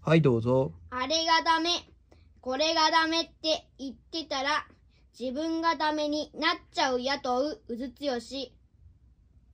はい、どうぞ。あれがダメ、これがダメって言ってたら、自分がダメになっちゃうやとううずつよし。